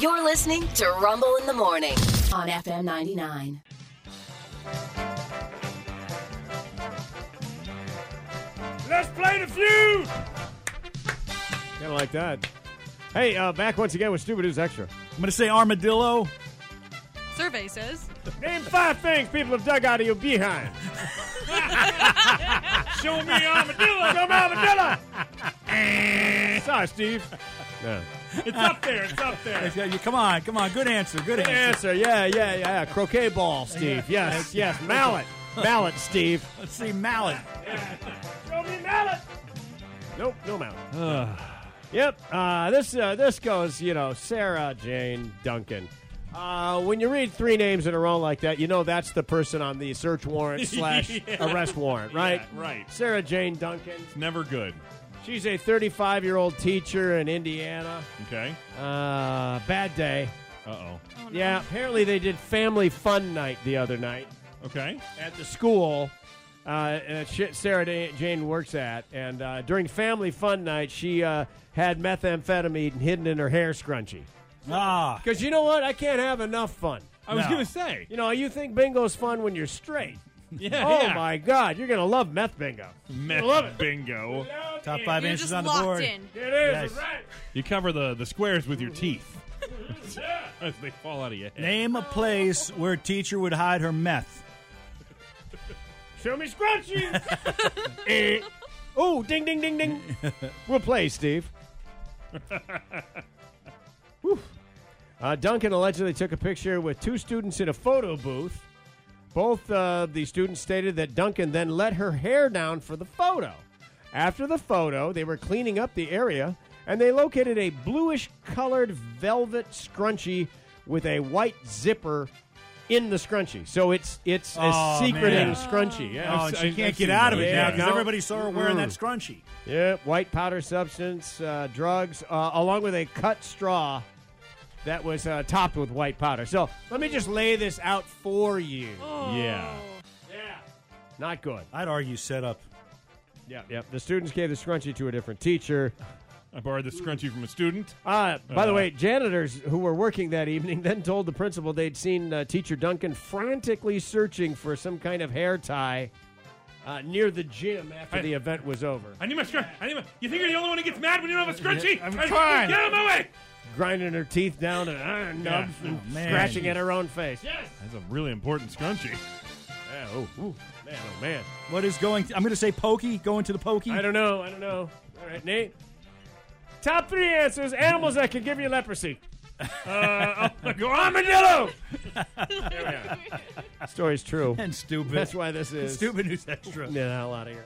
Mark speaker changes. Speaker 1: You're listening to Rumble in the Morning on FM 99.
Speaker 2: Let's play the feud.
Speaker 3: Kind of like that. Hey, uh, back once again with Stupid News Extra.
Speaker 4: I'm going to say armadillo.
Speaker 5: Survey says.
Speaker 3: Name five things people have dug out of your behind.
Speaker 2: Show me armadillo.
Speaker 3: Come armadillo. Sorry, Steve. No.
Speaker 2: It's up there. It's up there.
Speaker 4: Yeah, you- Come on, come on. Good answer. Good
Speaker 3: Good
Speaker 4: answer.
Speaker 3: answer. Yeah, yeah, yeah. Croquet ball, Steve. Yes, yes. Mallet. Mallet, Steve.
Speaker 4: Let's see, mallet.
Speaker 2: Show me mallet.
Speaker 3: Nope, no mallet. Yep. Uh, this uh, this goes, you know, Sarah Jane Duncan. Uh, when you read three names in a row like that, you know that's the person on the search warrant slash arrest warrant, right?
Speaker 2: Yeah, right.
Speaker 3: Sarah Jane Duncan.
Speaker 2: Never good.
Speaker 3: She's a 35 year old teacher in Indiana.
Speaker 2: Okay.
Speaker 3: Uh, bad day.
Speaker 2: Uh oh.
Speaker 3: Yeah, apparently they did family fun night the other night
Speaker 2: Okay.
Speaker 3: at the school uh, uh, sh- Sarah Da- Jane works at. And uh, during family fun night, she uh, had methamphetamine hidden in her hair scrunchie.
Speaker 4: Ah,
Speaker 3: Because you know what? I can't have enough fun.
Speaker 2: I was
Speaker 4: No.
Speaker 2: gonna say.
Speaker 3: You know, you think bingo's fun when you're straight.
Speaker 2: Yeah. Mm-hmm.
Speaker 3: Oh,
Speaker 2: yeah.
Speaker 3: my God. You're going to love meth bingo.
Speaker 2: Meth
Speaker 3: Love it.
Speaker 2: bingo.
Speaker 4: top five
Speaker 5: You're
Speaker 4: answers
Speaker 5: just
Speaker 4: on the
Speaker 5: locked
Speaker 4: board.
Speaker 5: in.
Speaker 3: It is.
Speaker 4: Yes.
Speaker 3: Right.
Speaker 2: You cover the the squares with your teeth. As they fall out of your head.
Speaker 4: Name a place where a teacher would hide her meth.
Speaker 3: Show me scrunchies. oh, ding, ding, ding, ding. We'll play, Steve. Whew. Uh, Duncan allegedly took a picture with two students in a photo booth. Both uh, the students stated that Duncan then let her hair down for the photo. After the photo, they were cleaning up the area and they located a bluish colored velvet scrunchie with a white zipper in the scrunchie. So it's it's
Speaker 4: Oh,
Speaker 3: a secreting
Speaker 4: man.
Speaker 3: scrunchie. Yeah.
Speaker 4: Oh, and she
Speaker 2: I've-
Speaker 4: can't get
Speaker 2: I've seen
Speaker 4: out of
Speaker 2: those,
Speaker 4: it
Speaker 3: yeah.
Speaker 4: now because
Speaker 3: No.
Speaker 4: everybody saw her wearing that
Speaker 3: Mm.
Speaker 4: scrunchie.
Speaker 3: Yeah, white powder substance, uh, drugs, uh, along with a cut straw that was uh, topped with white powder. So let me just lay this out for you.
Speaker 2: Yeah.
Speaker 3: Not good.
Speaker 4: I'd argue setup.
Speaker 3: Yeah, yeah. The students gave the scrunchie to a different teacher.
Speaker 2: I borrowed the scrunchie from a student.
Speaker 3: Uh, by the
Speaker 2: Uh.
Speaker 3: way, janitors who were working that evening then told the principal they'd seen uh, teacher Duncan frantically searching for some kind of hair tie uh, near the gym after
Speaker 2: I-
Speaker 3: the event was over,
Speaker 2: I need my scrunchie. I need my. You think you're the only one who gets mad when you don't have a scrunchie?
Speaker 4: I'm
Speaker 2: I-
Speaker 4: trying.
Speaker 2: Get out of my way.
Speaker 3: grinding her teeth down and iron
Speaker 2: Yeah.
Speaker 3: nubs and
Speaker 4: Oh, man.
Speaker 3: scratching at her own face.
Speaker 2: Yes. That's a really important scrunchie.
Speaker 3: Yeah, oh, ooh, man, oh man.
Speaker 4: What is going? I'm going to say pokey. Going to the pokey.
Speaker 3: I don't know. I don't know. All right, Nate. Top three answers: animals that can give you leprosy. Uh, I'll go armadillo. there we are. Story's true.
Speaker 4: And stupid.
Speaker 3: That's why this is
Speaker 4: stupid news extra.
Speaker 3: Get the hell out of here.